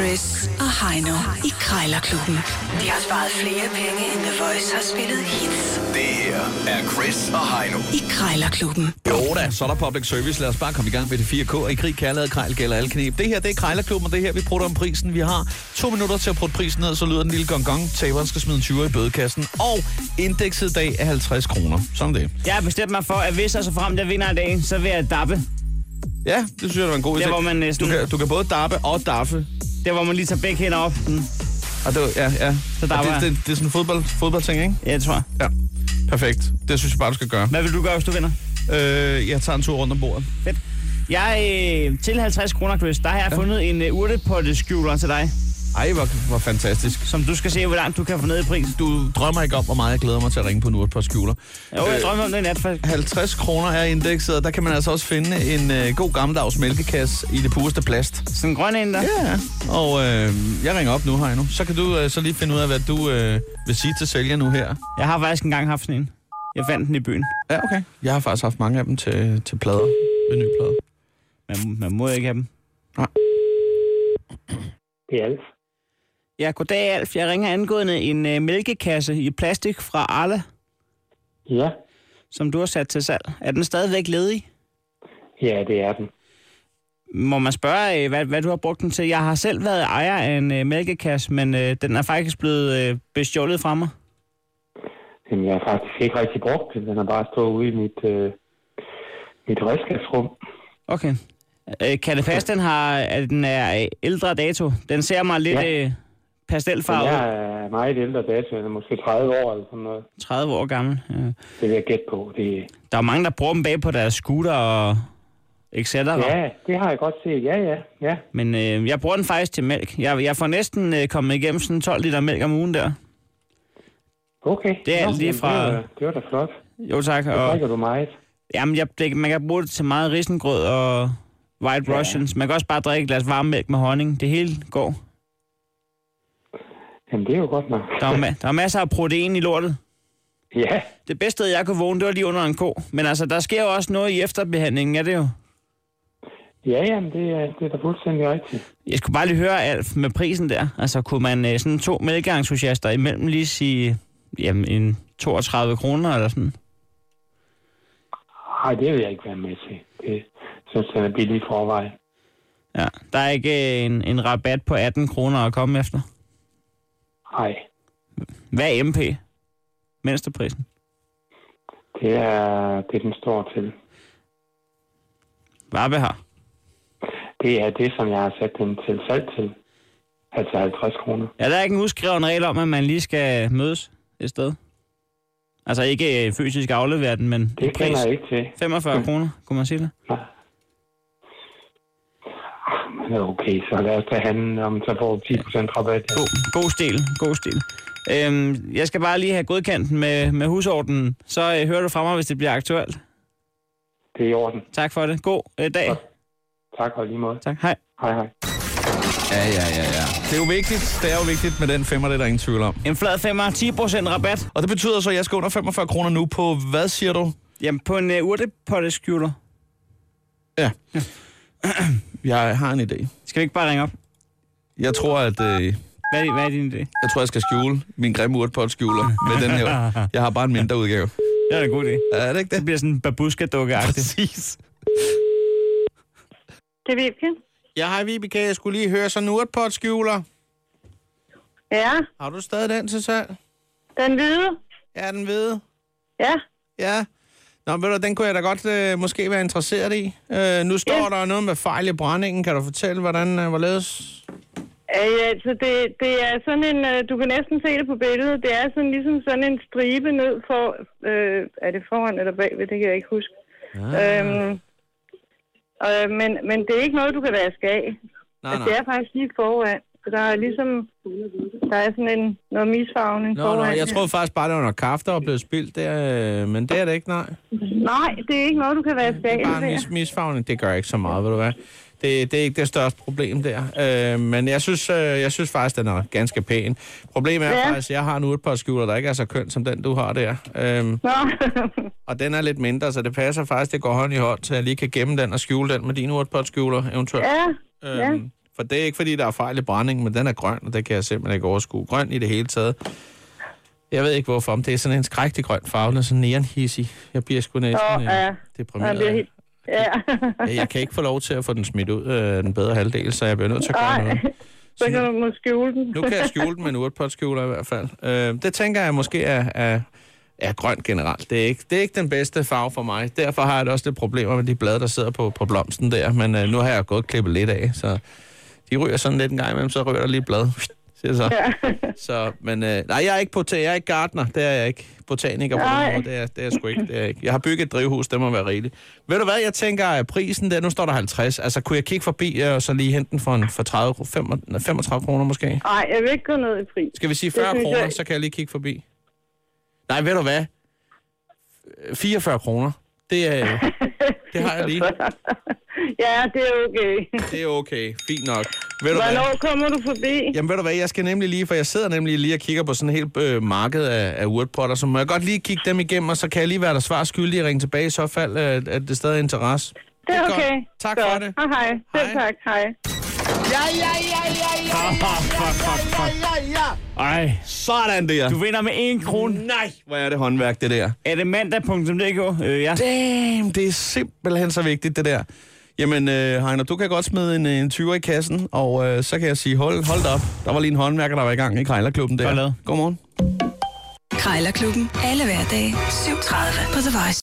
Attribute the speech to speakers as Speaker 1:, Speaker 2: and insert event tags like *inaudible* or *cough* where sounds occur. Speaker 1: Chris og Heino i Krejlerklubben. De har sparet flere penge, end The Voice har spillet hits
Speaker 2: Det her er Chris og Heino.
Speaker 1: i Krejlerklubben.
Speaker 3: Jo da, så er der public service. Lad os bare komme i gang med det 4K. I krig, kærlighed, krejl, gælder alle knep. Det her, det er Krejlerklubben, og det er her, vi prutter om prisen. Vi har to minutter til at prutte prisen ned, så lyder den lille gong gong. Taberen skal smide en 20 i bødekassen, og indekset i dag er 50 kroner. Sådan det.
Speaker 4: Jeg har bestemt mig for, at hvis jeg så frem, jeg vinder i dag, så vil jeg dappe.
Speaker 3: Ja, det synes jeg, det var en god idé.
Speaker 4: Der, hvor man øh,
Speaker 3: du,
Speaker 4: næsten-
Speaker 3: kan, du kan både dappe og daffe.
Speaker 4: Der, hvor man lige tager begge hænder op. Mm,
Speaker 3: Og det, ja, ja.
Speaker 4: Så dapper
Speaker 3: Og det,
Speaker 4: jeg.
Speaker 3: det, det, er sådan en fodbold, fodboldting, ikke?
Speaker 4: jeg tror. jeg.
Speaker 3: Ja. Perfekt. Det synes jeg bare, du skal gøre.
Speaker 4: Hvad vil du gøre, hvis du vinder?
Speaker 3: Øh, jeg tager en tur rundt om bordet.
Speaker 4: Fedt. Jeg, øh, til 50 kroner, Chris, der har jeg fundet en øh, urtepotteskjuler til dig,
Speaker 3: Ej, hvor, hvor fantastisk.
Speaker 4: som du skal se, hvor langt du kan få ned i pris.
Speaker 3: Du drømmer ikke om, hvor meget jeg glæder mig til at ringe på en urt på skjuler.
Speaker 4: Jo,
Speaker 3: Øh.
Speaker 4: jeg drømmer om det i nat, faktisk.
Speaker 3: 50 kroner er indekset, og der kan man altså også finde en øh, god gammeldags mælkekasse i det pureste plast.
Speaker 4: Sådan en grøn en der.
Speaker 3: Ja, og øh, jeg ringer op nu, Heino. Så kan du øh, så lige finde ud af, hvad du øh, vil sige til sælger nu her.
Speaker 4: Jeg har faktisk engang haft sådan en. Jeg fandt den i byen.
Speaker 3: Ja, okay. Jeg har faktisk haft mange af dem til, til plader. Vinylplader.
Speaker 4: Man, man må ikke have dem.
Speaker 5: Det er alt.
Speaker 4: Ja, goddag Alf. Jeg ringer angående en øh, mælkekasse i plastik fra Arla,
Speaker 5: Ja,
Speaker 4: som du har sat til salg. Er den stadigvæk ledig?
Speaker 5: ja, det er den.
Speaker 4: Må man spørge, øh, hvad, hvad du har brugt den til? Jeg har selv været ejer af en øh, mælkekasse, men øh, den er faktisk blevet øh, bestjålet fra mig.
Speaker 5: Den jeg har faktisk ikke rigtig brugt den. Den har bare stået ude i mit, øh, mit redskabsrum.
Speaker 4: Okay. Øh, kan det passe, den, har, at den er øh, ældre dato? Den ser mig lidt
Speaker 5: Ja.
Speaker 4: ja. øh, pastelfarvet,
Speaker 5: Den
Speaker 4: ja.
Speaker 5: er øh, meget ældre dato. Den er måske 30 år eller sådan noget.
Speaker 4: 30 år gammel. Øh.
Speaker 5: Det vil jeg gætte på. Det,
Speaker 4: Der er mange, der bruger dem bag på deres scooter og etc. Ja.
Speaker 5: ja, det har jeg godt set. Ja, ja, ja.
Speaker 4: Men øh, jeg bruger den faktisk til mælk. Jeg, jeg får næsten øh, kommet igennem sådan 12 liter mælk om ugen der.
Speaker 5: Okay.
Speaker 4: Det er
Speaker 5: Nå,
Speaker 4: alt lige
Speaker 5: jamen,
Speaker 4: fra-
Speaker 5: Det var, da- det var da flot.
Speaker 4: Jo tak.
Speaker 5: Det
Speaker 4: Og,
Speaker 5: drikker du meget.
Speaker 4: jamen, jeg, det, man kan bruge det til meget risengrød og white ja.
Speaker 5: Ja.
Speaker 4: russians. Man kan også bare drikke et glas varm mælk med honning. Det hele går.
Speaker 5: Jamen, det er jo godt nok.
Speaker 4: Der er, ma- der er masser af protein i lortet.
Speaker 5: Ja,
Speaker 4: Det bedste, jeg kunne vågne, det var lige under en ko. Men altså, der sker jo også noget i efterbehandlingen, er det jo?
Speaker 5: ja jamen, det er, det er da fuldstændig rigtigt.
Speaker 4: Jeg skulle bare lige høre, Alf, med prisen der. Altså, kunne man øh, sådan to mælkeentusiaster imellem lige sige, jamen, en 32 kroner eller sådan?
Speaker 5: Nej, det vil jeg ikke være med til. Det synes jeg er billig i forvejen.
Speaker 4: Ja, der er ikke øh, en, en rabat på 18 kroner at komme efter.
Speaker 5: Nej,
Speaker 4: Hvad er MP? Mindsteprisen.
Speaker 5: det er det, den står til.
Speaker 4: Varbe her.
Speaker 5: Det er det, som jeg har sat den til salg til. Altså 50 kroner.
Speaker 4: Ja, der er ikke en udskreven regel om, at man lige skal mødes et sted. Altså ikke øh, fysisk aflevere den, men i
Speaker 5: Det
Speaker 4: pris.
Speaker 5: kender jeg ikke til.
Speaker 4: 45 kroner, kunne man sige det?
Speaker 5: Men okay, så lad os da handle om, så får vi 10 rabat.
Speaker 4: God, god stil, god stil. Øhm, jeg skal bare lige have godkendt den med, med husordenen, så øh, hører du fra mig, hvis det bliver aktuelt.
Speaker 5: Det er i orden.
Speaker 4: Tak for det. God øh, dag.
Speaker 5: Tak og lige måde.
Speaker 4: Tak. Hej.
Speaker 5: Hej hej.
Speaker 3: Ja, ja, ja, ja. Det er jo vigtigt. Det er jo vigtigt med den femmer, det er der ingen tvivl om.
Speaker 4: En flad femmer, 10% rabat.
Speaker 3: Og det betyder så, at jeg skal under 45 kroner nu på, hvad siger du?
Speaker 4: Jamen, på en uh, urtepotteskjuler.
Speaker 3: Ja. *clears throat* Jeg har en idé.
Speaker 4: Skal vi ikke bare ringe op?
Speaker 3: Jeg tror, at... Øh,
Speaker 4: Hvad er, hvad er din idé?
Speaker 3: Jeg tror, jeg skal skjule min grimme urtpotskjuler med den her. Jeg har bare en mindre udgave.
Speaker 4: Det er da en god idé.
Speaker 3: Er det ikke
Speaker 4: Det
Speaker 3: det?
Speaker 4: bliver sådan en babuska-dukke-agtigt.
Speaker 3: Præcis.
Speaker 6: Det er Vibke.
Speaker 3: Ja, hej Vibeke. Jeg skulle lige høre sådan en urtpotskjuler.
Speaker 6: Ja,
Speaker 3: Har du stadig den til salg?
Speaker 6: den hvide.
Speaker 3: Ja, den hvide.
Speaker 6: Ja,
Speaker 3: Ja. Nå, men ved du, den kunne jeg da godt øh, måske være interesseret i. Øh, nu står der noget med fejl i brændingen. Kan du fortælle, hvordan øh, hvorledes?
Speaker 6: øh, altså det, det er sådan en, øh, du kan næsten se det på billedet, det er sådan ligesom sådan en stribe ned for, øh, er det foran eller bagved, det kan jeg ikke huske. Ah. Øhm, øh, men, men det er ikke noget, du kan vaske af.
Speaker 3: Nej,
Speaker 6: Altså, det er faktisk lige foran. Så der er ligesom, der er sådan en, noget misfarvning
Speaker 3: Nå, nå,
Speaker 6: foran.
Speaker 3: jeg troede faktisk bare, det var noget kaffe, der var blevet spildt der, øh, men det er det ikke, nej.
Speaker 6: Nej, det er ikke noget, du kan vaske af.
Speaker 3: Bare en mis- misfagning, det gør ikke så meget, ved du hvad. Det, det er ikke det største problem der. Øh, men jeg synes, øh, jeg synes faktisk, den er ganske pæn. Problemet er
Speaker 6: Ja.
Speaker 3: faktisk, at jeg har en urtpotskjuler, der ikke er så køn som den, du har der. Øh,
Speaker 6: *laughs* Nå,
Speaker 3: og den er lidt mindre, så det passer faktisk, det går hånd i hånd, så jeg lige kan gemme den og skjule den med din urtpotskjuler eventuelt.
Speaker 6: ja,
Speaker 3: Øh,
Speaker 6: ja.
Speaker 3: For det er ikke, fordi der er fejl i brændingen, men den er grøn, og det kan jeg simpelthen ikke overskue. Grøn i det hele taget. Jeg ved ikke hvorfor, men det er sådan en skrægtig grøn farve, den er sådan neonhissig. Jeg bliver sgu næsten
Speaker 6: Åh,
Speaker 3: øh,
Speaker 6: ja. Man
Speaker 3: deprimeret.
Speaker 6: bliver
Speaker 3: af-
Speaker 6: helt... Ja.
Speaker 3: Ja, Jeg kan ikke få lov til at få den smidt ud, øh, den bedre halvdel, så jeg bliver nødt til at gøre noget.
Speaker 6: Nej, *laughs* så kan du måske skjule den.
Speaker 3: *laughs* Nu kan jeg skjule den med en urtpotskjuler i hvert fald. Øh, det tænker jeg måske er, er, er grønt generelt. Det er, ikke, det er ikke den bedste farve for mig. Derfor har jeg da også lidt problemer med de blade, der sidder på, på blomsten der. Men øh, nu har jeg gået klippet lidt af, så de ryger sådan lidt en gang imellem, så ryger der lige et blad. *laughs* Siger så.
Speaker 6: Ja.
Speaker 3: *laughs* så men øh, nej, jeg er ikke, bota- jeg er ikke gardner. Det er jeg ikke. Botaniker på den
Speaker 6: Nej.
Speaker 3: måde, det er, det er jeg sgu ikke. Det er jeg ikke. Jeg har bygget et drivhus, det må være rigeligt. Ved du hvad, jeg tænker, at prisen der, nu står der 50. Altså, kunne jeg kigge forbi øh, og så lige hente den for, en, for 30, kro- 35, 35 kroner måske?
Speaker 6: *laughs* Nej, jeg vil ikke gå ned i pris.
Speaker 3: Skal vi sige
Speaker 6: Det
Speaker 3: 40
Speaker 6: synes jeg
Speaker 3: kroner,
Speaker 6: ikke.
Speaker 3: så kan jeg lige kigge forbi. Nej, ved du hvad? 44 kroner. Det,
Speaker 6: *laughs*
Speaker 3: er, det har jeg lige.
Speaker 6: ja, det er okay.
Speaker 3: Det er okay. Fint nok. Ved du hvad?
Speaker 6: Hvornår kommer du forbi?
Speaker 3: Jamen ved du hvad, jeg skal nemlig lige, for jeg sidder nemlig lige og kigger på sådan en helt øh, marked af, af urtpotter, så må jeg godt lige kigge dem igennem, og så kan jeg lige være der svar skyldig og ringe tilbage i så fald, øh, at det stadig er interesse.
Speaker 6: det er
Speaker 3: godt.
Speaker 6: okay.
Speaker 3: Tak
Speaker 6: Så,
Speaker 3: for det.
Speaker 6: Hej, hej. Selv
Speaker 3: Hej.
Speaker 6: tak. Hej.
Speaker 4: Ej,
Speaker 3: Sådan der.
Speaker 4: du vinder med en krone.
Speaker 3: nej, hvor er det håndværk, det der.
Speaker 4: Er det mandag.dk? Øh, ja.
Speaker 3: Damn, det er simpelthen så vigtigt, det der. Jamen, øh, Heiner, du kan godt smide en, øh, en 20'er i kassen, og øh, så kan jeg sige, hold, hold da op. Der var lige en håndværker, der var i gang i Krejlerklubben der.
Speaker 4: Godt lavet.
Speaker 3: Godmorgen.
Speaker 1: Krejlerklubben. Alle hverdage. 7.30 på The Voice.